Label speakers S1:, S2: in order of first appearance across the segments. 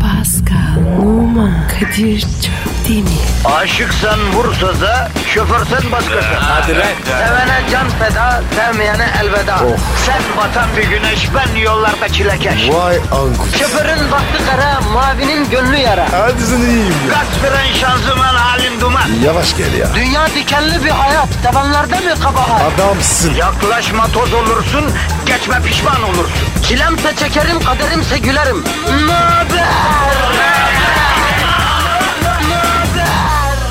S1: Pascal, Oman, Kadir çok değil mi?
S2: Aşıksan vursa da şoförsen başkasın.
S3: Hadi lan. Oh.
S2: Sevene can feda, sevmeyene elveda. Sen batan bir güneş, ben yollarda çilekeş.
S4: Vay anku.
S2: Şoförün baktı kara, mavinin gönlü yara.
S4: Hadi sen iyiyim ya.
S2: Kasperen şanzıman halin duman.
S4: Yavaş gel ya.
S2: Dünya dikenli bir hayat, sevenlerde mi kabahar?
S4: Adamsın.
S2: Yaklaşma toz olursun, geçme pişman olursun. Çilemse çekerim, kaderimse gülerim. Möber!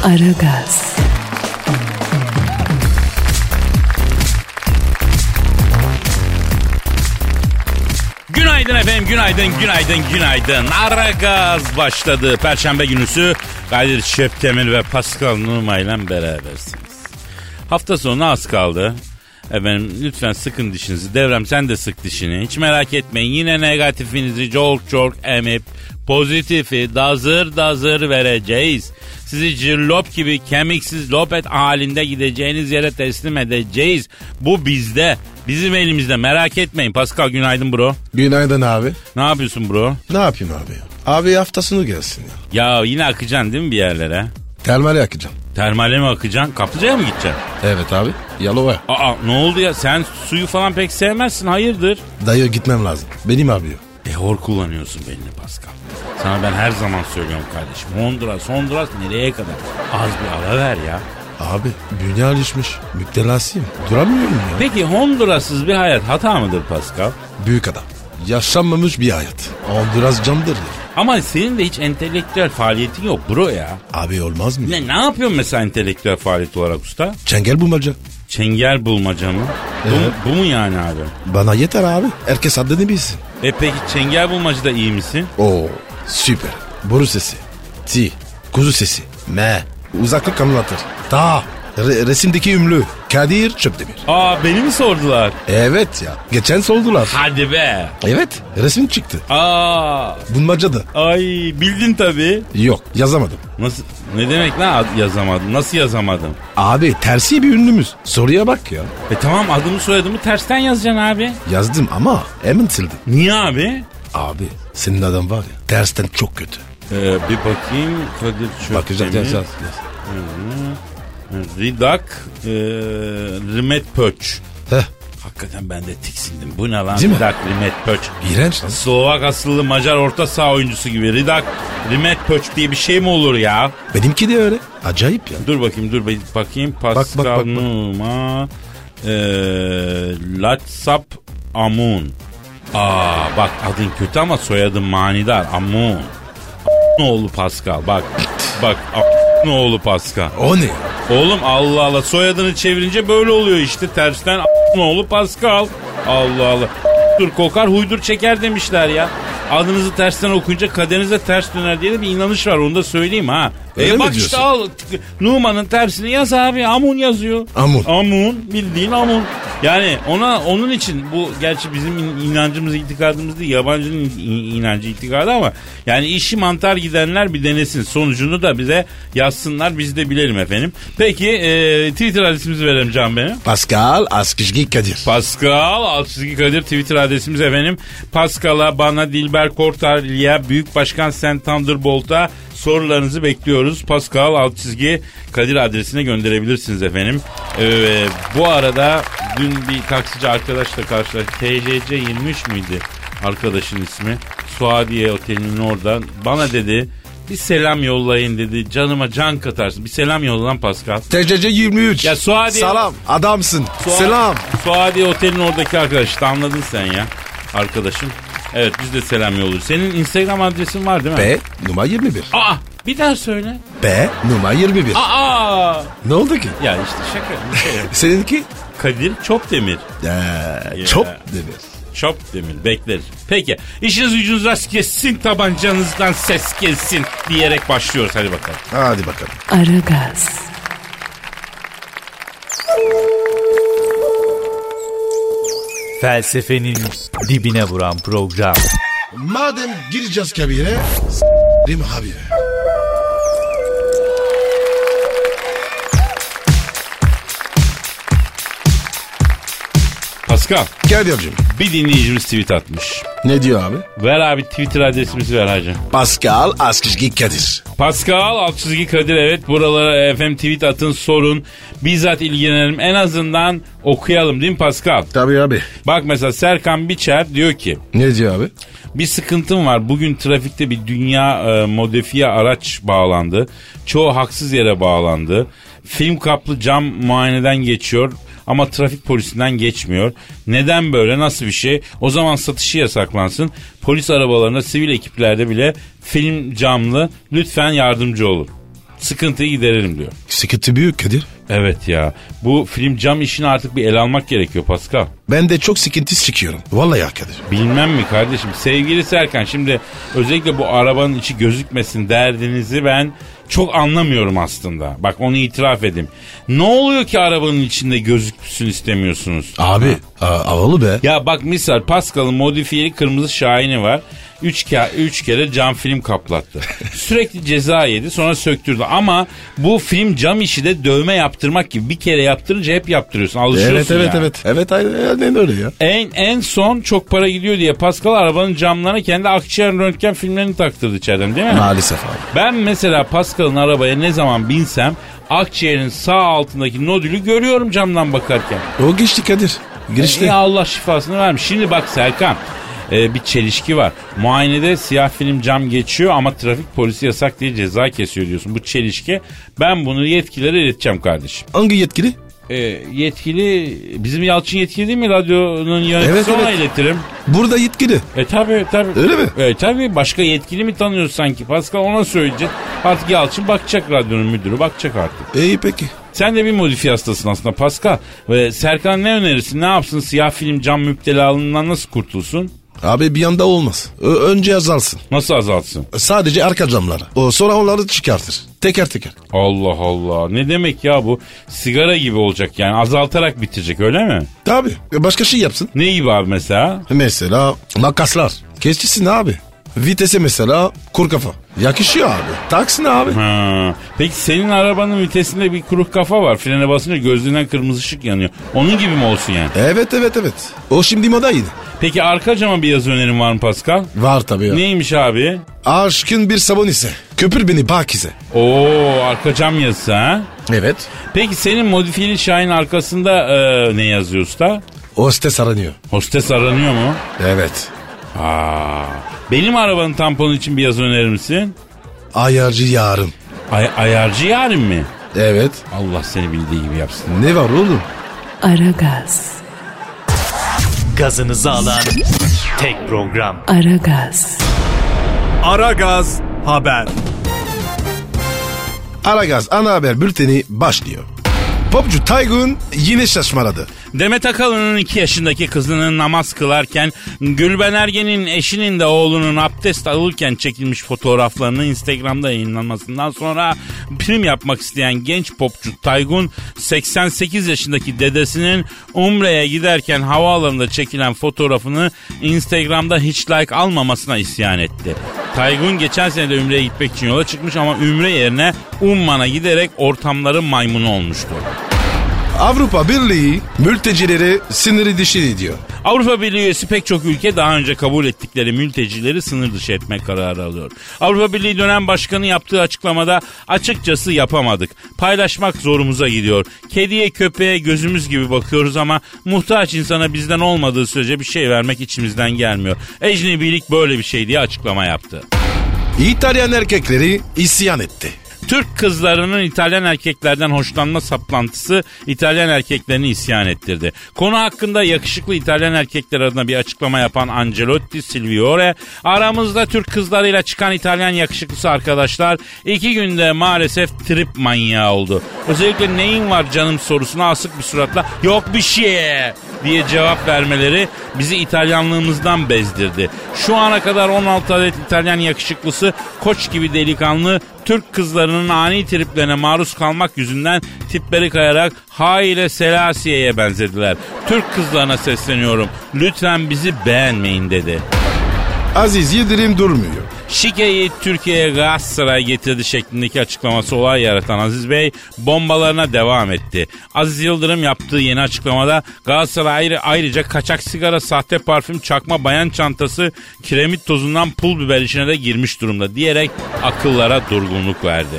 S1: Aragaz,
S3: Günaydın efendim, günaydın, günaydın, günaydın. Ara gaz başladı. Perşembe günüsü Kadir Şöptemir ve Pascal Numa ile berabersiniz. Hafta sonu az kaldı. Efendim lütfen sıkın dişinizi. Devrem sen de sık dişini. Hiç merak etmeyin. Yine negatifinizi çok çok emip pozitifi dazır dazır vereceğiz. Sizi cirlop gibi kemiksiz lopet halinde gideceğiniz yere teslim edeceğiz. Bu bizde. Bizim elimizde merak etmeyin. Pascal günaydın bro.
S4: Günaydın abi.
S3: Ne yapıyorsun bro?
S4: Ne yapayım abi? ya? Abi haftasını gelsin ya.
S3: Ya yine akacaksın değil mi bir yerlere?
S4: Termal yakacağım.
S3: Termale mi akacaksın? Kaplıcaya mı gideceksin?
S4: Evet abi. Yalova.
S3: Aa ne oldu ya? Sen suyu falan pek sevmezsin hayırdır?
S4: Dayı gitmem lazım. Benim abi yok.
S3: E hor kullanıyorsun belini Pascal. Sana ben her zaman söylüyorum kardeşim. Honduras, Honduras nereye kadar? Az bir ara ver ya.
S4: Abi dünya alışmış. Müptelasıyım. Duramıyorum ya.
S3: Peki Honduras'sız bir hayat hata mıdır Pascal?
S4: Büyük adam. Yaşanmamış bir hayat. Honduras camdır ya.
S3: Ama senin de hiç entelektüel faaliyetin yok bro ya.
S4: Abi olmaz mı? ya?
S3: Ne, ne yapıyorsun mesela entelektüel faaliyet olarak usta?
S4: Çengel bulmaca.
S3: Çengel bulmaca mı?
S4: Evet.
S3: Bu, bu mu yani abi?
S4: Bana yeter abi. Herkes adını bilsin.
S3: E peki çengel bulmacada iyi misin?
S4: Oo süper. Boru sesi. Ti. Kuzu sesi. Me. Uzaklık anlatır. Ta. Re- resimdeki ümlü. Kadir Çöpdemir.
S3: Aa beni mi sordular?
S4: Evet ya. Geçen sordular.
S3: Hadi be.
S4: Evet. Resim çıktı.
S3: Aa
S4: Bulmaca da.
S3: ay bildin tabii.
S4: Yok. Yazamadım.
S3: Nasıl ne demek lan ad- yazamadım? Nasıl yazamadım?
S4: Abi tersi bir ünlümüz. Soruya bak ya.
S3: E tamam adımı soyadımı tersten yazacaksın abi.
S4: Yazdım ama hemen sildim.
S3: Niye abi?
S4: Abi senin adam var ya tersten çok kötü.
S3: Ee, bir bakayım Kadir Çöptemir.
S4: Bakacağız yaz, yaz, yaz.
S3: Ridak e, Rimet Pöç.
S4: Heh,
S3: Hakikaten ben de tiksindim. Bu ne lan?
S4: Değil mi?
S3: Ridak Rimet Pöç.
S4: iğrenç lan.
S3: Slovak asıllı Macar orta saha oyuncusu gibi. Ridak Rimet Pöç diye bir şey mi olur ya?
S4: Benimki de öyle. Acayip ya.
S3: Dur bakayım dur bir bakayım. Pascal
S4: bak, bak, bak.
S3: Numa e, Latsap Amun. Aa bak adın kötü ama soyadın manidar. Amun. A- oğlu Pascal bak. Bak a- oğlu Pascal.
S4: O ne?
S3: Oğlum Allah Allah soyadını çevirince böyle oluyor işte tersten a- oğlu Pascal. Allah Allah. Dur kokar huydur çeker demişler ya. Adınızı tersten okuyunca kaderinize ters döner diye de bir inanış var onu da söyleyeyim ha.
S4: Öyle
S3: e
S4: mi
S3: bak
S4: diyorsun?
S3: işte al t- Numan'ın tersini yaz abi Amun yazıyor.
S4: Amun.
S3: Amun bildiğin Amun. Yani ona onun için bu gerçi bizim in- inancımız itikadımız değil yabancının in- inancı itikadı ama yani işi mantar gidenler bir denesin sonucunu da bize yazsınlar biz de bilelim efendim. Peki e, Twitter adresimizi verelim Can Bey'e.
S4: Pascal Askizgi Kadir.
S3: Pascal Altçizgi Kadir Twitter adresimiz efendim. Pascal'a, bana, Dilber Kortarlı'ya, Büyük Başkan Sen Thunderbolt'a sorularınızı bekliyoruz. Pascal Altçizgi Kadir adresine gönderebilirsiniz efendim. Ee, bu arada dün bir taksici arkadaşla karşılaştık. TCC 23 müydü arkadaşın ismi? Suadiye Oteli'nin oradan. Bana dedi bir selam yollayın dedi. Canıma can katarsın. Bir selam yolla lan Pascal.
S4: TCC 23.
S3: Ya Suadi-
S4: Salam. Adamsın.
S3: Suadi-
S4: Selam.
S3: Suadi Otel'in oradaki arkadaş. İşte anladın sen ya. Arkadaşım. Evet biz de selam yolluyoruz. Senin Instagram adresin var değil mi?
S4: B numara 21.
S3: Aa bir daha söyle.
S4: B numara 21.
S3: Aa.
S4: Ne oldu ki?
S3: Ya işte şaka. bir şey yok.
S4: Seninki?
S3: Kadir Çopdemir.
S4: Ee, çok demir.
S3: Çopdemir bekleriz. Peki işiniz gücünüz rast kessin tabancanızdan ses gelsin diyerek başlıyoruz. Hadi bakalım.
S4: Hadi bakalım.
S1: Aragaz,
S5: Felsefenin dibine vuran program.
S4: Madem gireceğiz kabire, s**rim abi.
S3: Pascal
S4: Kadir'cim
S3: bir dinleyicimiz tweet atmış.
S4: ne diyor abi?
S3: Ver abi Twitter adresimizi ver hacı.
S4: Pascal Askışki Kadir.
S3: Pascal alt çizgi Kadir evet buralara efendim tweet atın sorun. Bizzat ilgilenelim en azından okuyalım değil mi Pascal?
S4: Tabii abi.
S3: Bak mesela Serkan Biçer diyor ki
S4: Ne diyor abi?
S3: bir sıkıntım var. Bugün trafikte bir dünya e, modifiye araç bağlandı. Çoğu haksız yere bağlandı. Film kaplı cam muayeneden geçiyor ama trafik polisinden geçmiyor. Neden böyle? Nasıl bir şey? O zaman satışı yasaklansın. Polis arabalarında, sivil ekiplerde bile film camlı lütfen yardımcı olun. Sıkıntıyı giderelim diyor.
S4: Sıkıntı büyük Kadir.
S3: Evet ya. Bu film cam işini artık bir ele almak gerekiyor Pascal.
S4: Ben de çok sıkıntı çekiyorum. Vallahi ya Kadir.
S3: Bilmem mi kardeşim? Sevgili Serkan şimdi özellikle bu arabanın içi gözükmesin derdinizi ben çok anlamıyorum aslında. Bak onu itiraf edeyim. Ne oluyor ki arabanın içinde gözüksün istemiyorsunuz?
S4: Abi a- havalı be.
S3: Ya bak misal Pascal'ın modifiyeli kırmızı şahini var. Üç, ke- üç kere cam film kaplattı. Sürekli ceza yedi sonra söktürdü. Ama bu film cam işi de dövme yaptırmak gibi. Bir kere yaptırınca hep yaptırıyorsun. Alışıyorsun
S4: Evet evet
S3: yani.
S4: evet. Evet aynen aynen öyle ya.
S3: En en son çok para gidiyor diye Pascal arabanın camlarına kendi akciğer röntgen filmlerini taktırdı içeriden değil mi?
S4: Maalesef abi.
S3: Ben mesela Pascal'ın arabaya ne zaman binsem akciğerin sağ altındaki nodülü görüyorum camdan bakarken.
S4: O geçti Kadir. Girişte.
S3: Ya Allah şifasını vermiş. Şimdi bak Serkan e, bir çelişki var. Muayenede siyah film cam geçiyor ama trafik polisi yasak diye ceza kesiyor diyorsun. Bu çelişki. Ben bunu yetkililere ileteceğim kardeşim.
S4: Hangi yetkili?
S3: E, yetkili bizim Yalçın yetkili değil mi radyonun yöneticisi
S4: Evet,
S3: ona
S4: evet.
S3: iletirim.
S4: Burada yetkili.
S3: E tabi tabi.
S4: Öyle mi?
S3: E tabi başka yetkili mi tanıyoruz sanki Pascal ona söyleyecek. Artık Yalçın bakacak radyonun müdürü bakacak artık.
S4: İyi peki.
S3: Sen de bir modifiye hastasın aslında Pascal. Ve Serkan ne önerirsin ne yapsın siyah film cam müptelalığından nasıl kurtulsun?
S4: Abi bir yanda olmaz. Ö- önce azalsın.
S3: Nasıl azaltsın?
S4: Sadece arka camları. O sonra onları çıkartır. Teker teker.
S3: Allah Allah ne demek ya bu sigara gibi olacak yani azaltarak bitirecek öyle mi?
S4: Tabii. E, Başka şey yapsın.
S3: Ne gibi abi mesela?
S4: Mesela makaslar. Kesçisin abi. Vitese mesela kur kafa. Yakışıyor abi. Taksın abi.
S3: Ha. Peki senin arabanın vitesinde bir kuru kafa var. Frene basınca gözlüğünden kırmızı ışık yanıyor. Onun gibi mi olsun yani?
S4: Evet evet evet. O şimdi modaydı.
S3: Peki arka cama bir yazı önerin var mı Pascal?
S4: Var tabii ya.
S3: Neymiş abi?
S4: Aşkın bir sabun ise. Köpür beni bakize.
S3: Oo arka cam yazısı ha?
S4: Evet.
S3: Peki senin modifiyeli Şahin arkasında e, ne yazıyor usta?
S4: Hostes aranıyor.
S3: Hostes aranıyor mu?
S4: Evet.
S3: Aa, benim arabanın tamponu için bir yazı önerir misin?
S4: Ayarcı yarım.
S3: Ay, ayarcı yarim mi?
S4: Evet.
S3: Allah seni bildiği gibi yapsın.
S4: Ne var oğlum?
S1: Aragaz,
S5: Gazınızı alan tek program.
S1: Aragaz,
S5: Ara Gaz Haber.
S4: Aragaz ana haber bülteni başlıyor. Popcu Taygun yine şaşmaladı.
S3: Demet Akalın'ın 2 yaşındaki kızının namaz kılarken Gülben Ergen'in eşinin de oğlunun abdest alırken çekilmiş fotoğraflarının Instagram'da yayınlanmasından sonra prim yapmak isteyen genç popçu Taygun 88 yaşındaki dedesinin Umre'ye giderken havaalanında çekilen fotoğrafını Instagram'da hiç like almamasına isyan etti. Taygun geçen sene de Ümre'ye gitmek için yola çıkmış ama Ümre yerine Umman'a giderek ortamların maymunu olmuştu.
S4: Avrupa Birliği mültecileri siniri dışı ediyor.
S3: Avrupa Birliği üyesi pek çok ülke daha önce kabul ettikleri mültecileri sınır dışı etme kararı alıyor. Avrupa Birliği dönem başkanı yaptığı açıklamada açıkçası yapamadık. Paylaşmak zorumuza gidiyor. Kediye köpeğe gözümüz gibi bakıyoruz ama muhtaç insana bizden olmadığı sürece bir şey vermek içimizden gelmiyor. Ecnebilik böyle bir şey diye açıklama yaptı.
S4: İtalyan erkekleri isyan etti.
S3: Türk kızlarının İtalyan erkeklerden hoşlanma saplantısı İtalyan erkeklerini isyan ettirdi. Konu hakkında yakışıklı İtalyan erkekler adına bir açıklama yapan Ancelotti Silviore, aramızda Türk kızlarıyla çıkan İtalyan yakışıklısı arkadaşlar iki günde maalesef trip manyağı oldu. Özellikle neyin var canım sorusuna asık bir suratla yok bir şey diye cevap vermeleri bizi İtalyanlığımızdan bezdirdi. Şu ana kadar 16 adet İtalyan yakışıklısı koç gibi delikanlı Türk kızlarının ani triplerine maruz kalmak yüzünden tipleri kayarak Haile Selassie'ye benzediler. Türk kızlarına sesleniyorum. Lütfen bizi beğenmeyin dedi.
S4: Aziz Yıldırım durmuyor.
S3: Şikeyi Türkiye'ye gaz saray getirdi şeklindeki açıklaması olay yaratan Aziz Bey bombalarına devam etti. Aziz Yıldırım yaptığı yeni açıklamada Galatasaray ayrı, ayrıca kaçak sigara, sahte parfüm, çakma bayan çantası, kiremit tozundan pul biber işine de girmiş durumda diyerek akıllara durgunluk verdi.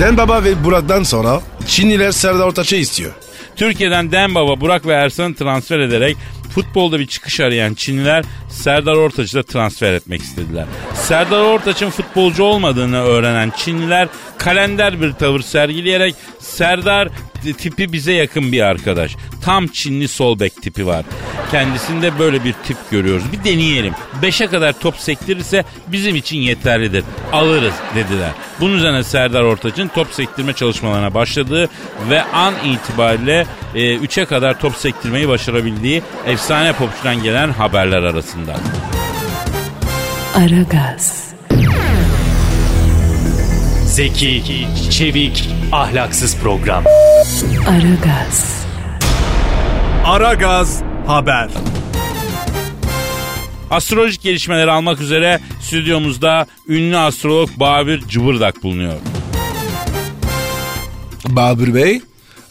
S4: Den Baba ve Burak'tan sonra Çinliler Serdar Ortaç'ı istiyor.
S3: Türkiye'den Dembaba, Burak ve Ersan'ı transfer ederek futbolda bir çıkış arayan Çinliler Serdar Ortaç'ı da transfer etmek istediler. Serdar Ortaç'ın futbolcu olmadığını öğrenen Çinliler kalender bir tavır sergileyerek Serdar t- tipi bize yakın bir arkadaş. Tam Çinli sol bek tipi var. Kendisinde böyle bir tip görüyoruz. Bir deneyelim. Beşe kadar top sektirirse bizim için yeterlidir. Alırız dediler. Bunun üzerine Serdar Ortaç'ın top sektirme çalışmalarına başladığı ve an itibariyle 3'e kadar top sektirmeyi başarabildiği efsane popçudan gelen haberler arasında.
S1: Aragaz,
S5: Zeki, çevik, ahlaksız program.
S1: Aragaz,
S5: Aragaz haber.
S3: Astrolojik gelişmeleri almak üzere stüdyomuzda ünlü astrolog Babir Cıvırdak bulunuyor.
S4: Babür Bey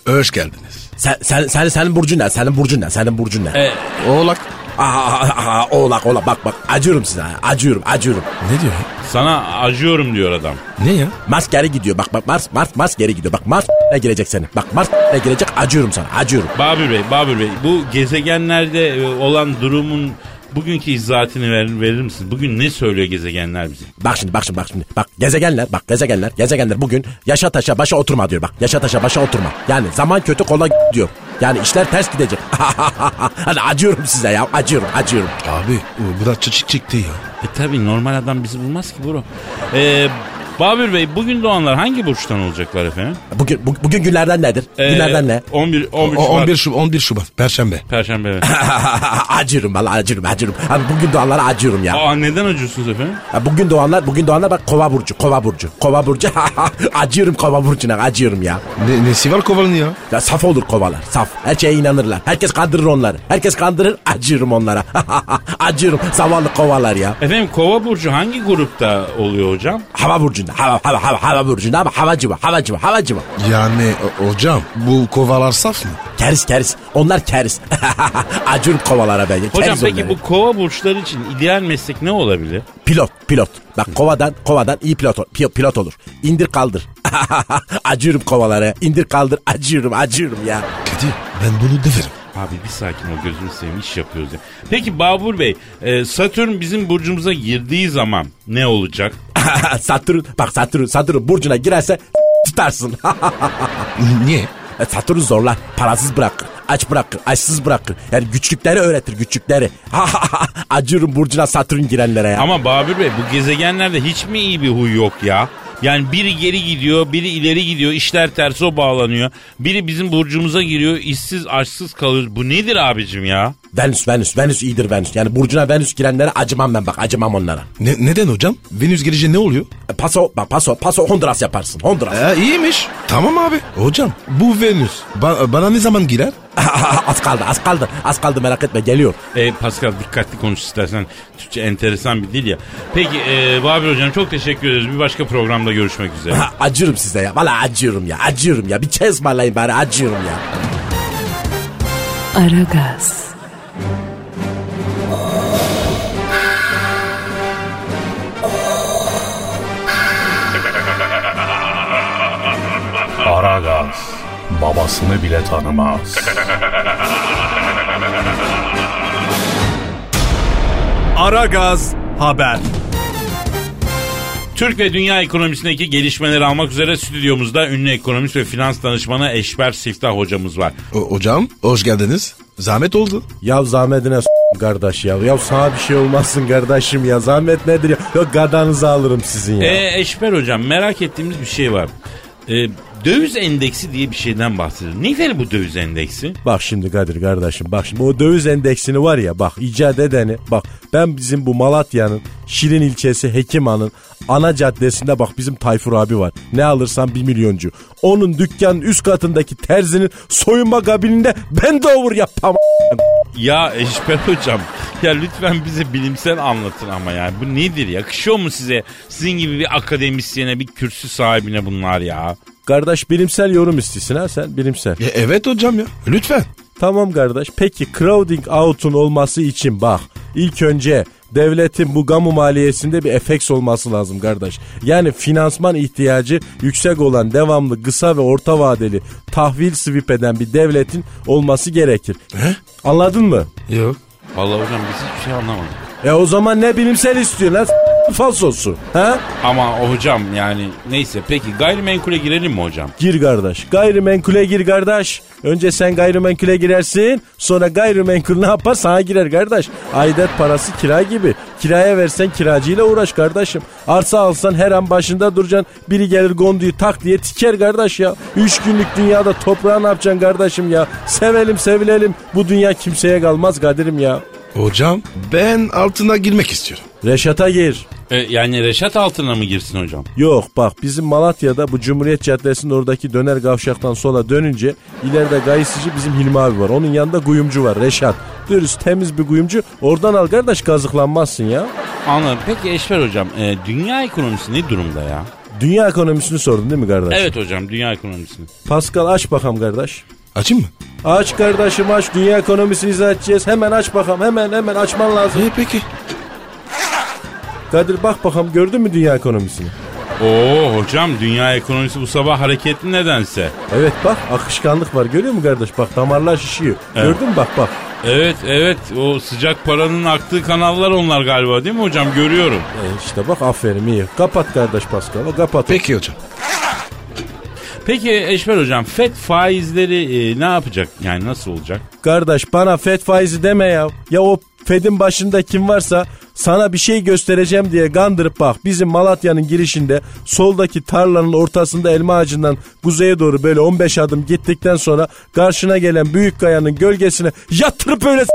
S4: hoş geldiniz.
S6: Sen, sen, sen, senin burcun ne? Senin burcun ne? Senin burcun ne?
S3: E,
S4: Oğlak.
S6: Aha, aha, aha, oğlak oğlak bak bak acıyorum size ha, acıyorum acıyorum.
S4: Ne diyor ya?
S3: sana acıyorum diyor adam.
S4: Ne ya?
S6: Mars geri gidiyor bak bak Mars Mars Mars geri gidiyor bak Mars ne girecek seni bak Mars ne girecek acıyorum sana acıyorum.
S3: Babür Bey, Babür Bey bu gezegenlerde e, olan durumun bugünkü izahatını verir, verir misiniz? Bugün ne söylüyor gezegenler bize?
S6: Bak şimdi bak şimdi bak şimdi bak gezegenler bak gezegenler gezegenler bugün yaşa taşa başa oturma diyor bak yaşa taşa başa oturma. Yani zaman kötü kola diyor. Yani işler ters gidecek. Hani acıyorum size ya acıyorum acıyorum.
S4: Abi bu da çıçık çıktı ya.
S3: E tabi normal adam bizi bulmaz ki bro. E, Babür Bey bugün doğanlar hangi burçtan olacaklar efendim?
S6: Bugün bu- bugün günlerden nedir?
S3: E,
S6: günlerden ne?
S3: 11, 13
S4: O,
S3: Şubat.
S4: 11, Şubat, 11 Şubat Perşembe.
S3: Perşembe. evet.
S6: acıyorum valla acıyorum acıyorum. Hani bugün doğanlara acıyorum ya.
S3: Aa neden acıyorsunuz efendim?
S6: Ya Bugün doğanlar, bugün doğanlar bak kova burcu, kova burcu, kova burcu. acıyorum kova burcuna, acıyorum ya.
S4: Ne, nesi var kovanın ya?
S6: Ya saf olur kovalar, saf. Her şeye inanırlar. Herkes kandırır onları. Herkes kandırır, acıyorum onlara. acıyorum, zavallı kovalar ya.
S3: Efendim Kova Burcu hangi grupta oluyor hocam?
S6: Hava burcunda, hava, hava, hava, hava burcunda ama havacı var, havacı var, havacı var.
S4: Yani o- hocam bu kovalar saf mı?
S6: Keris, keris. Onlar keris. acıyorum kovalara ben.
S3: Hocam
S6: keris
S3: peki
S6: onlara.
S3: bu Kova Burçları için ideal meslek ne olabilir?
S6: Pilot, pilot. Bak kovadan, kovadan iyi pilot, ol- pi- pilot olur. İndir kaldır. acıyorum kovalara, indir kaldır, acıyorum, acıyorum ya.
S4: Kedi ben bunu deverim.
S3: Abi bir sakin ol gözünü seveyim iş yapıyoruz ya. Peki Babur Bey e, Satürn bizim burcumuza girdiği zaman ne olacak?
S6: Satürn bak Satürn Satürn burcuna girerse tutarsın.
S4: Niye?
S6: E, Satürn zorlar. Parasız bırakır. Aç bırakır. Açsız bırakır. Yani güçlükleri öğretir güçlükleri. Acırım burcuna Satürn girenlere ya.
S3: Ama Babür Bey bu gezegenlerde hiç mi iyi bir huy yok ya? Yani biri geri gidiyor, biri ileri gidiyor, işler terso bağlanıyor. Biri bizim burcumuza giriyor, işsiz, açsız kalıyoruz. Bu nedir abicim ya?
S6: Venüs Venüs Venüs iyidir Venüs. Yani burcuna Venüs girenlere acımam ben bak acımam onlara.
S4: Ne, neden hocam? Venüs girece ne oluyor?
S6: E, Paso bak paso paso Honduras yaparsın
S4: E,
S6: Honduras.
S4: iyiymiş. Tamam abi. Hocam bu Venüs ba- bana ne zaman girer?
S6: az kaldı az kaldı az kaldı merak etme geliyor.
S3: E, Pascal dikkatli konuş istersen. Türkçe enteresan bir dil ya. Peki e, Babür Hocam çok teşekkür ederiz. Bir başka programda görüşmek üzere.
S6: acırım size ya. Valla acıyorum ya acıyorum ya. Bir çay ısmarlayın bari acıyorum ya.
S1: Aragaz,
S7: Aragaz babasını bile tanımaz.
S5: Aragaz haber.
S3: Türk ve dünya ekonomisindeki gelişmeleri almak üzere stüdyomuzda ünlü ekonomist ve finans danışmanı Eşber Siftah hocamız var.
S4: O- hocam hoş geldiniz. Zahmet oldu.
S6: Ya zahmetine s- kardeş ya. Ya sana bir şey olmazsın kardeşim ya. Zahmet nedir
S3: Ee?
S6: ya? Yok gadanızı alırım sizin ya.
S3: E, Eşber hocam merak ettiğimiz bir şey var. E, Döviz endeksi diye bir şeyden bahsediyor. Nedir bu döviz endeksi?
S6: Bak şimdi Kadir kardeşim bak şimdi o döviz endeksini var ya bak icat edeni bak ben bizim bu Malatya'nın Şirin ilçesi Hekiman'ın ana caddesinde bak bizim Tayfur abi var. Ne alırsan bir milyoncu. Onun dükkanın üst katındaki terzinin soyunma kabininde ben de over yapam.
S3: Ya Eşber hocam ya lütfen bize bilimsel anlatın ama yani bu nedir yakışıyor mu size sizin gibi bir akademisyene bir kürsü sahibine bunlar ya?
S6: Kardeş bilimsel yorum istiyorsun ha sen bilimsel.
S4: E, evet hocam ya. Lütfen.
S6: Tamam kardeş. Peki crowding out'un olması için bak. ilk önce devletin bu kamu maliyesinde bir efeks olması lazım kardeş. Yani finansman ihtiyacı yüksek olan devamlı kısa ve orta vadeli tahvil sweep eden bir devletin olması gerekir. Anladın mı?
S4: Yok.
S3: Vallahi hocam biz hiçbir şey anlamadık.
S6: E o zaman ne bilimsel istiyor lan s- falsosu. Ha?
S3: Ama hocam yani neyse peki gayrimenkule girelim mi hocam?
S6: Gir kardeş. Gayrimenkule gir kardeş. Önce sen gayrimenkule girersin. Sonra gayrimenkul ne yapar? Sana girer kardeş. Aidat parası kira gibi. Kiraya versen kiracıyla uğraş kardeşim. Arsa alsan her an başında duracaksın. Biri gelir gonduyu tak diye tiker kardeş ya. Üç günlük dünyada toprağa ne yapacaksın kardeşim ya? Sevelim sevilelim. Bu dünya kimseye kalmaz Kadir'im ya.
S4: Hocam ben altına girmek istiyorum.
S6: Reşat'a gir.
S3: E, yani Reşat altına mı girsin hocam?
S6: Yok bak bizim Malatya'da bu Cumhuriyet Caddesi'nin oradaki döner kavşaktan sola dönünce ileride gayısıcı bizim Hilmi abi var. Onun yanında kuyumcu var Reşat. Dürüst temiz bir kuyumcu. Oradan al kardeş kazıklanmazsın ya.
S3: Anladım. Peki Eşber hocam e, dünya ekonomisi ne durumda ya?
S6: Dünya ekonomisini sordun değil mi kardeş?
S3: Evet hocam dünya ekonomisini.
S6: Pascal aç bakalım kardeş.
S4: Açayım mı?
S6: Aç kardeşim aç. Dünya ekonomisini izah edeceğiz. Hemen aç bakalım. Hemen hemen açman lazım.
S4: İyi E, peki.
S6: Kadir bak bakalım gördün mü dünya ekonomisini?
S3: Oo hocam dünya ekonomisi bu sabah hareketli nedense.
S6: Evet bak akışkanlık var görüyor musun kardeş? Bak damarlar şişiyor. Gördün mü bak bak.
S3: Evet evet o sıcak paranın aktığı kanallar onlar galiba değil mi hocam görüyorum.
S6: E işte bak aferin iyi. Kapat kardeş Pascal. Kapat.
S4: Peki hocam.
S3: Peki Eşber hocam FED faizleri e, ne yapacak yani nasıl olacak?
S6: Kardeş bana FED faizi deme ya. Ya o FED'in başında kim varsa sana bir şey göstereceğim diye gandırıp bak. Bizim Malatya'nın girişinde soldaki tarlanın ortasında elma ağacından kuzeye doğru böyle 15 adım gittikten sonra karşına gelen büyük kayanın gölgesine yatırıp öyle s-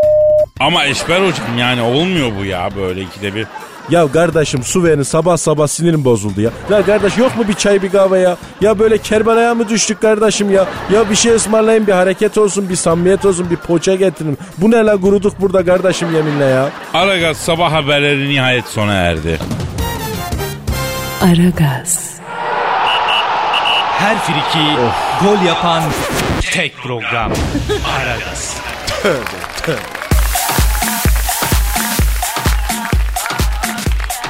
S3: Ama Eşber hocam yani olmuyor bu ya böyle ikide bir.
S6: ya kardeşim su verin sabah sabah sinirim bozuldu ya. Ya kardeş yok mu bir çay bir kahve ya? Ya böyle Kerbela'ya mı düştük kardeşim ya? Ya bir şey ısmarlayın bir hareket olsun bir samimiyet olsun bir poça getirin. Bu ne la guruduk burada kardeşim yeminle ya.
S3: Aragaz sabah haberleri nihayet sona erdi.
S1: Aragaz,
S5: Her friki gol yapan tek program. Aragaz.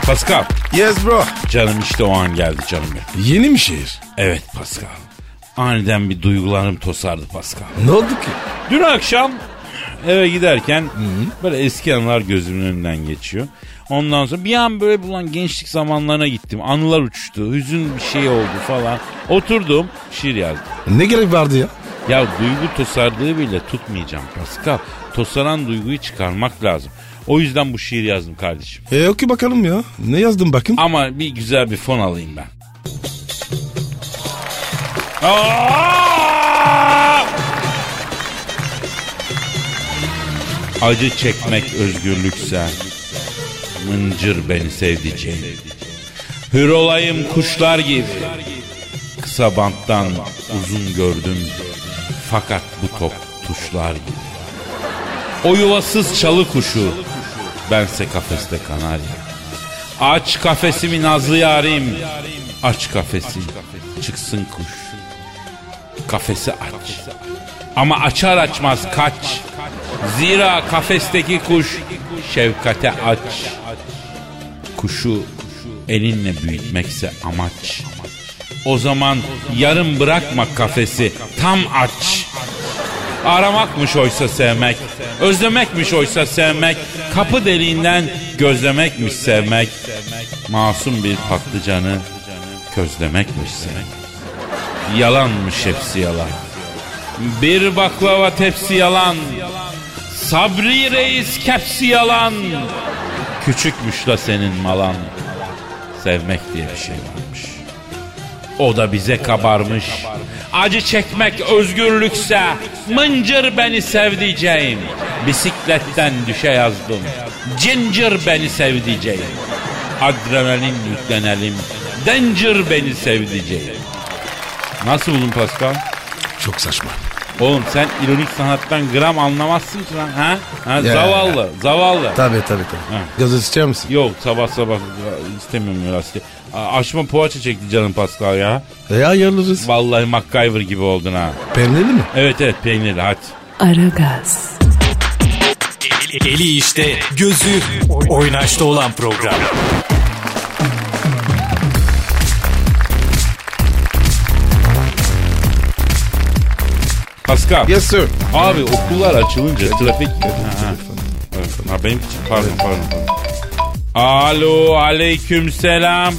S3: Pascal
S4: Yes bro.
S3: canım işte o an geldi canım benim.
S4: Yeni mi şehir?
S3: Evet Pascal. Aniden bir duygularım tosardı Pascal.
S4: Ne oldu ki?
S3: Dün akşam eve giderken böyle eski anılar gözümün önünden geçiyor. Ondan sonra bir an böyle bulan gençlik zamanlarına gittim. Anılar uçtu, hüzün bir şey oldu falan. Oturdum, şiir yazdım.
S4: Ne gerek vardı ya?
S3: Ya duygu tosardığı bile tutmayacağım Pascal. Tosaran duyguyu çıkarmak lazım. O yüzden bu şiir yazdım kardeşim.
S4: E oku bakalım ya. Ne yazdın bakın?
S3: Ama bir güzel bir fon alayım ben. Aa! Acı çekmek özgürlükse Mıncır beni sevdiceğim Hür olayım kuşlar gibi Kısa banttan uzun gördüm Fakat bu top tuşlar gibi O yuvasız çalı kuşu Bense kafeste kanarya Aç kafesimi nazlı yarim. Aç kafesi. Çıksın kuş. Kafesi aç. Ama açar açmaz kaç. Zira kafesteki kuş şefkate aç. Kuşu elinle büyütmekse amaç. O zaman yarım bırakma kafesi tam aç. Aramakmış oysa sevmek, özlemekmiş oysa sevmek, kapı deliğinden gözlemekmiş sevmek, masum bir patlıcanı közlemekmiş sevmek. Yalanmış hepsi yalan. Bir baklava tepsi yalan, Sabri reis kepsi yalan, küçükmüş la senin malan. Sevmek diye bir şey varmış. O da bize kabarmış. Acı çekmek özgürlükse mıncır beni sevdiceğim. Bisikletten düşe yazdım. Cincir beni sevdiceğim. Adrenalin yüklenelim. Danger beni sevdiceğim. Nasıl buldun Pascal?
S4: Çok saçma.
S3: Oğlum sen ironik sanattan gram anlamazsın ki lan. Ha? ha
S4: Ya.
S3: zavallı, zavallı.
S4: Tabii tabii tabii. Gazı içer misin?
S3: Yok sabah sabah istemiyorum ya aslında. A- Aşma poğaça çekti canım Pascal ya.
S4: E ayarlarız.
S3: Vallahi MacGyver gibi oldun ha.
S4: Peynirli mi?
S3: Evet evet peynirli hadi.
S1: Aragaz,
S5: Eli işte, gözü oynaşta olan program.
S3: Pascal.
S4: Yes sir.
S3: Abi okullar açılınca trafik... Ha, ha. Evet, ha, benim için pardon pardon. pardon. Alo aleyküm selam.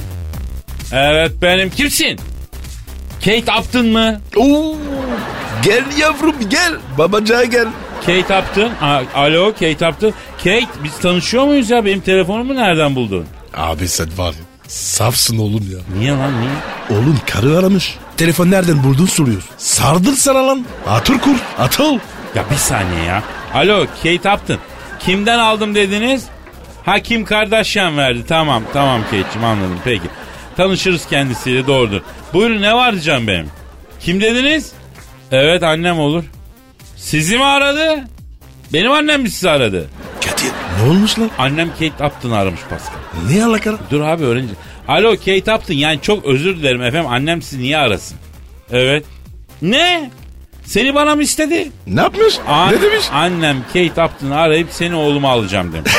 S3: Evet benim kimsin? Kate Upton mı?
S4: Oo, gel yavrum gel. Babacağa gel.
S3: Kate Upton. A- Alo Kate Upton. Kate biz tanışıyor muyuz ya? Benim telefonumu nereden buldun?
S4: Abi sen var ya. Safsın oğlum ya.
S3: Niye lan niye?
S4: Oğlum karı aramış. Telefon nereden buldun soruyorsun. Sardır sana lan. Atır kur. Atıl.
S3: Ya bir saniye ya. Alo Kate Upton. Kimden aldım dediniz? Ha Kim Kardashian verdi. Tamam tamam Kate'cim anladım peki. Tanışırız kendisiyle doğrudur. Buyurun ne var canım benim? Kim dediniz? Evet annem olur. Sizi mi aradı? Benim annem mi sizi aradı?
S4: Kadir ne olmuş lan?
S3: Annem Kate Upton'ı aramış Pascal.
S4: Ne alaka?
S3: Dur abi öğrenci. Alo Kate Upton yani çok özür dilerim efendim annem sizi niye arasın? Evet. Ne? Seni bana mı istedi?
S4: Ne yapmış?
S3: An-
S4: ne demiş?
S3: Annem Kate Upton'ı arayıp seni oğluma alacağım demiş.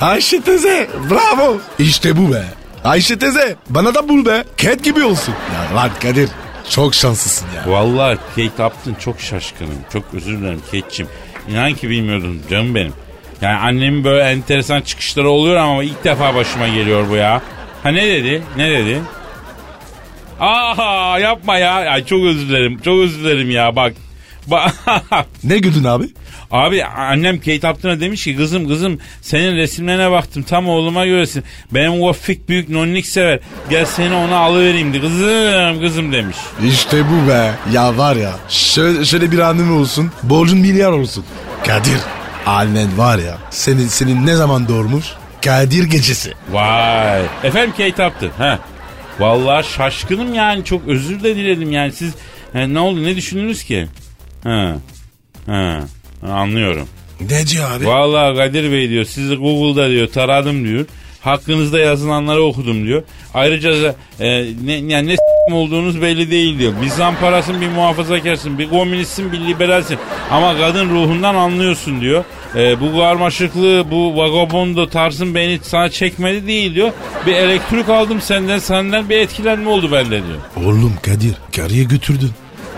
S4: Ayşe teze bravo. İşte bu be. Ayşe teze bana da bul be. Ket gibi olsun. Ya lan Kadir çok şanslısın ya.
S3: Vallahi Kate Upton çok şaşkınım. Çok özür dilerim Kate'cim. İnan ki bilmiyordum canım benim. Yani annemin böyle enteresan çıkışları oluyor ama ilk defa başıma geliyor bu ya. Ha ne dedi? Ne dedi? Aha yapma ya. Ay çok özür dilerim. Çok özür dilerim ya bak. Bak.
S4: Ne güldün abi?
S3: Abi annem Kate Upton'a demiş ki kızım kızım senin resimlerine baktım tam oğluma göresin. Benim Vaffik büyük nonnik sever. Gel seni ona alıvereyim de kızım kızım demiş.
S4: İşte bu be. Ya var ya şöyle, şöyle bir anım olsun. Borcun milyar olsun. Kadir annen var ya senin, senin ne zaman doğurmuş? Kadir gecesi.
S3: Vay. Efendim Kate Upton. He. Vallahi şaşkınım yani çok özür de diledim yani siz he, ne oldu ne düşündünüz ki? He. He. Anlıyorum.
S4: Ne diyor abi?
S3: Vallahi Kadir Bey diyor sizi Google'da diyor taradım diyor. Hakkınızda yazılanları okudum diyor. Ayrıca da, e, ne, yani ne s**im olduğunuz belli değil diyor. Bir zamparasın bir muhafazakarsın bir komünistsin bir liberalsin. Ama kadın ruhundan anlıyorsun diyor. E, bu karmaşıklığı bu vagabondo tarzın beni sana çekmedi değil diyor. Bir elektrik aldım senden senden bir etkilenme oldu bende diyor.
S4: Oğlum Kadir karıya götürdün.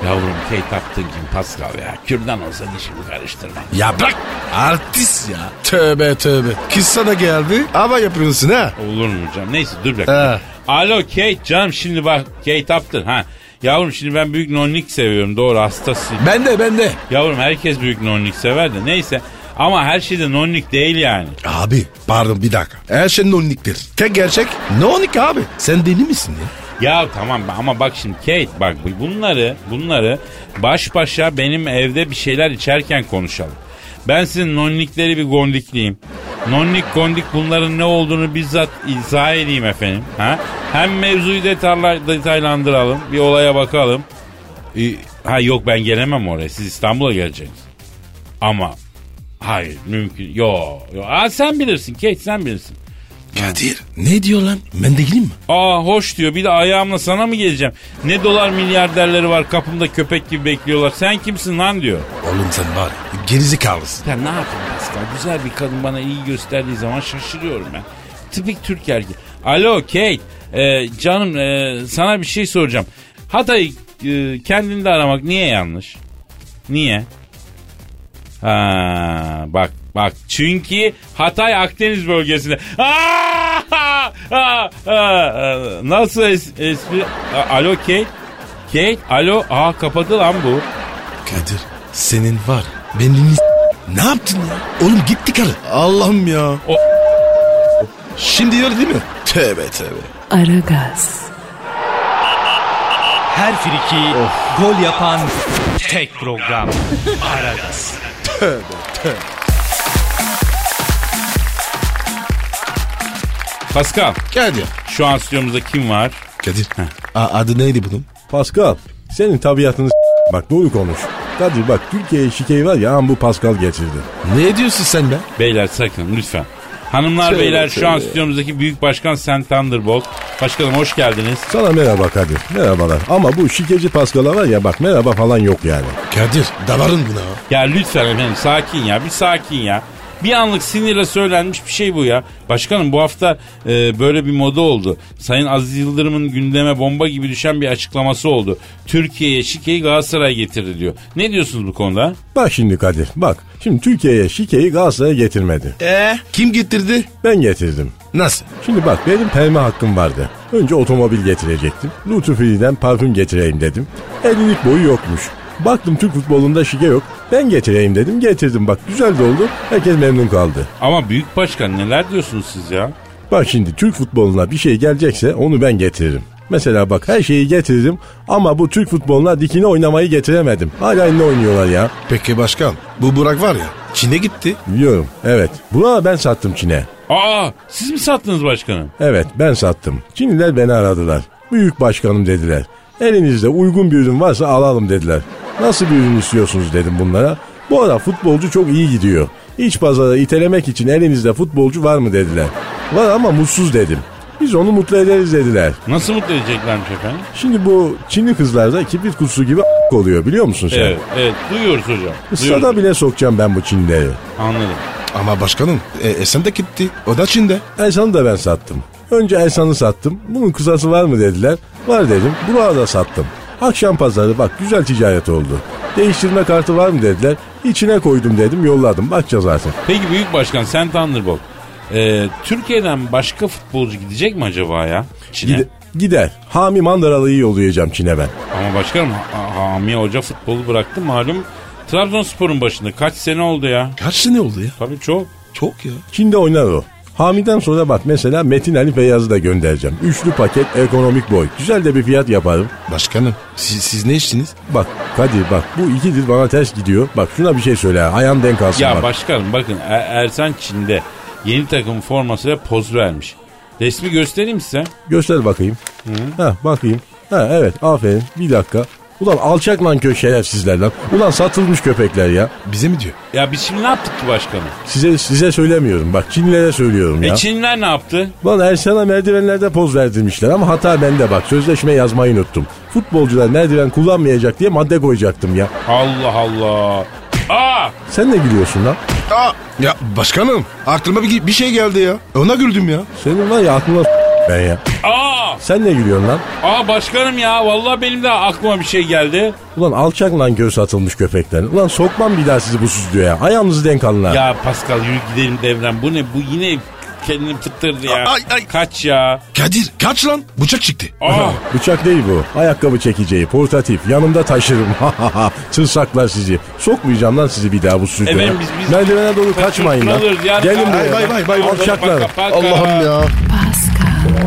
S3: Yavrum Kate Upton kim Pascal ya. Kürdan olsa dişimi karıştırma.
S4: Ya bırak artist ya. Tövbe tövbe. Kız sana geldi ama yapıyorsun ha.
S3: Olur mu canım? Neyse dur bir
S4: He.
S3: dakika. Alo Kate canım şimdi bak Kate Upton ha. Yavrum şimdi ben büyük nonlik seviyorum doğru hastasıyım.
S4: Ben de ben de.
S3: Yavrum herkes büyük nonlik sever de neyse. Ama her şey de nonlik değil yani.
S4: Abi pardon bir dakika. Her şey nonliktir. Tek gerçek nonik abi. Sen deli misin ya?
S3: Ya tamam ama bak şimdi Kate bak bu- bunları bunları baş başa benim evde bir şeyler içerken konuşalım. Ben sizin nonlikleri bir gondikliyim. Nonlik gondik bunların ne olduğunu bizzat izah edeyim efendim. Ha? Hem mevzuyu detaylar, detaylandıralım bir olaya bakalım. Ee, ha yok ben gelemem oraya siz İstanbul'a geleceksiniz. Ama hayır mümkün yok. Yo. Aa, sen bilirsin Kate sen bilirsin.
S4: Kadir ne diyor lan? Ben de gireyim mi?
S3: Aa hoş diyor bir de ayağımla sana mı geleceğim? Ne dolar milyarderleri var kapımda köpek gibi bekliyorlar. Sen kimsin lan diyor.
S4: Oğlum sen var ya gerizekalısın.
S3: Ya ne yapayım Pascal? Güzel bir kadın bana iyi gösterdiği zaman şaşırıyorum ben. Tipik Türk erkeği. Alo Kate. Ee, canım ee, sana bir şey soracağım. Hatay'ı ee, kendinde aramak niye yanlış? Niye? Ha, bak bak çünkü Hatay Akdeniz bölgesinde. Aa! Aa! Aa! Aa! Nasıl es- espri? A- Alo Kate? Kate? Alo? Aa kapadı lan bu.
S4: Kadir senin var. Benini ne yaptın ya? Oğlum gitti karı. Allah'ım ya. O... Şimdi yer değil mi? Tövbe tövbe.
S1: Aragaz,
S5: her friki gol yapan tek program. Aragaz.
S3: Pascal
S4: Kadir.
S3: şu an stüdyomuzda kim var?
S4: Kadir. A- adı neydi bunun?
S6: Pascal senin tabiatını s- bak doğru konuş. Kadir bak Türkiye'ye şikeyi var ya an bu Pascal geçirdi.
S4: Ne diyorsun sen be?
S3: Beyler sakın lütfen. Hanımlar
S6: Söyle,
S3: beyler şu an
S6: söyle.
S3: stüdyomuzdaki Büyük Başkan Sen Thunderbolt. Başkanım hoş geldiniz.
S6: Sana merhaba Kadir. Merhabalar. Ama bu şikeci Pascal'a var ya bak merhaba falan yok yani.
S4: Kadir dalarım buna. ha.
S3: Ya lütfen efendim sakin ya bir sakin ya. Bir anlık sinirle söylenmiş bir şey bu ya. Başkanım bu hafta e, böyle bir moda oldu. Sayın Aziz Yıldırım'ın gündeme bomba gibi düşen bir açıklaması oldu. Türkiye'ye şikeyi Galatasaray getirdi diyor. Ne diyorsunuz bu konuda?
S6: Bak şimdi Kadir bak. Şimdi Türkiye'ye şikeyi Galatasaray'a getirmedi.
S4: Ee, kim getirdi?
S6: Ben getirdim.
S4: Nasıl?
S6: Şimdi bak benim perma hakkım vardı. Önce otomobil getirecektim. Lutufili'den parfüm getireyim dedim. Ellilik boyu yokmuş. Baktım Türk futbolunda şike yok. Ben getireyim dedim getirdim. Bak güzel de oldu. Herkes memnun kaldı.
S3: Ama Büyük Başkan neler diyorsunuz siz ya?
S6: Bak şimdi Türk futboluna bir şey gelecekse onu ben getiririm. Mesela bak her şeyi getirdim ama bu Türk futboluna dikine oynamayı getiremedim. Hala ne oynuyorlar ya.
S4: Peki başkan bu Burak var ya Çin'e gitti.
S6: Biliyorum evet. Buna ben sattım Çin'e.
S3: Aa siz mi sattınız başkanım?
S6: Evet ben sattım. Çinliler beni aradılar. Büyük başkanım dediler. Elinizde uygun bir ürün varsa alalım dediler. Nasıl bir ürün istiyorsunuz dedim bunlara. Bu ara futbolcu çok iyi gidiyor. İç pazara itelemek için elinizde futbolcu var mı dediler. Var ama mutsuz dedim. Biz onu mutlu ederiz dediler.
S3: Nasıl mutlu edeceklermiş efendim?
S6: Şimdi bu Çinli kızlarda kibrit kutusu gibi a- oluyor biliyor musun sen?
S3: Evet, evet duyuyoruz hocam. Duyuyoruz.
S6: Sada bile sokacağım ben bu Çinlileri.
S3: Anladım.
S4: Ama başkanım e, Esen de gitti. O da Çin'de.
S6: Elsan'ı da ben sattım. Önce Elsan'ı sattım. Bunun kısası var mı dediler. Var dedim. Burak'ı da sattım. Akşam pazarı bak güzel ticaret oldu. Değiştirme kartı var mı dediler. İçine koydum dedim yolladım. Bakacağız artık.
S3: Peki Büyük Başkan sen Thunderbolt. Ee, Türkiye'den başka futbolcu gidecek mi acaba ya? Çin'e.
S6: Gide- gider. Hami Mandaralı'yı yollayacağım Çin'e ben.
S3: Ama başkanım Ha- Hami Hoca futbolu bıraktı malum. Trabzonspor'un başında kaç sene oldu ya?
S4: Kaç sene oldu ya?
S3: Tabii çok.
S4: Çok ya.
S6: Çin'de oynar o. Hami'den sonra bak mesela Metin Ali Feyyaz'ı da göndereceğim. Üçlü paket ekonomik boy. Güzel de bir fiyat yaparım.
S4: Başkanım siz, siz ne içtiniz?
S6: Bak Kadir bak bu iki dil bana ters gidiyor. Bak şuna bir şey söyle ha. Ayağım denk alsın
S3: Ya
S6: bak.
S3: başkanım bakın Er- Ersan Çin'de yeni takım formasıyla poz vermiş. Resmi göstereyim size.
S6: Göster bakayım. Ha bakayım. Ha evet aferin. Bir dakika. Ulan alçak lan köy şerefsizler lan. Ulan satılmış köpekler ya.
S4: Bize mi diyor?
S3: Ya biz şimdi ne yaptık ki başkanım?
S6: Size size söylemiyorum. Bak Çinlilere söylüyorum ya.
S3: E Çinliler ne yaptı?
S6: Lan Ersan'a merdivenlerde poz verdirmişler ama hata bende bak. Sözleşme yazmayı unuttum. Futbolcular merdiven kullanmayacak diye madde koyacaktım ya.
S3: Allah Allah. Aa!
S6: Sen ne gülüyorsun lan?
S4: Aa, ya başkanım aklıma bir, bir şey geldi ya. Ona güldüm ya.
S6: Senin var ya aklına s- ben ya.
S3: Aa!
S6: Sen ne gülüyorsun lan?
S3: Aa başkanım ya vallahi benim de aklıma bir şey geldi.
S6: Ulan alçak lan göz satılmış köpekler. Ulan sokmam bir daha sizi bu stüdyoya. Ayağınızı denk alın ha.
S3: Ya Pascal yürü gidelim devren. Bu ne? Bu yine kendini fıttırdı ya.
S4: Ay, ay.
S3: Kaç ya.
S4: Kadir kaç lan? Bıçak çıktı.
S3: Aa.
S6: Bıçak değil bu. Ayakkabı çekeceği, portatif. Yanımda taşırım. Tırsaklar sizi. Sokmayacağım lan sizi bir daha bu stüdyoya.
S3: Efendim biz- biz-
S6: Merdivene doğru
S3: Kaç-
S6: kaçmayın lan.
S3: tutuluruz yani.
S6: Gelin
S3: Ay,
S6: buraya.
S4: bay bay bay.
S6: Alçaklar.
S3: Paka, paka.
S4: Allah'ım ya.
S1: Pascal,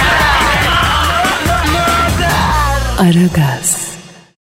S1: Aragaz.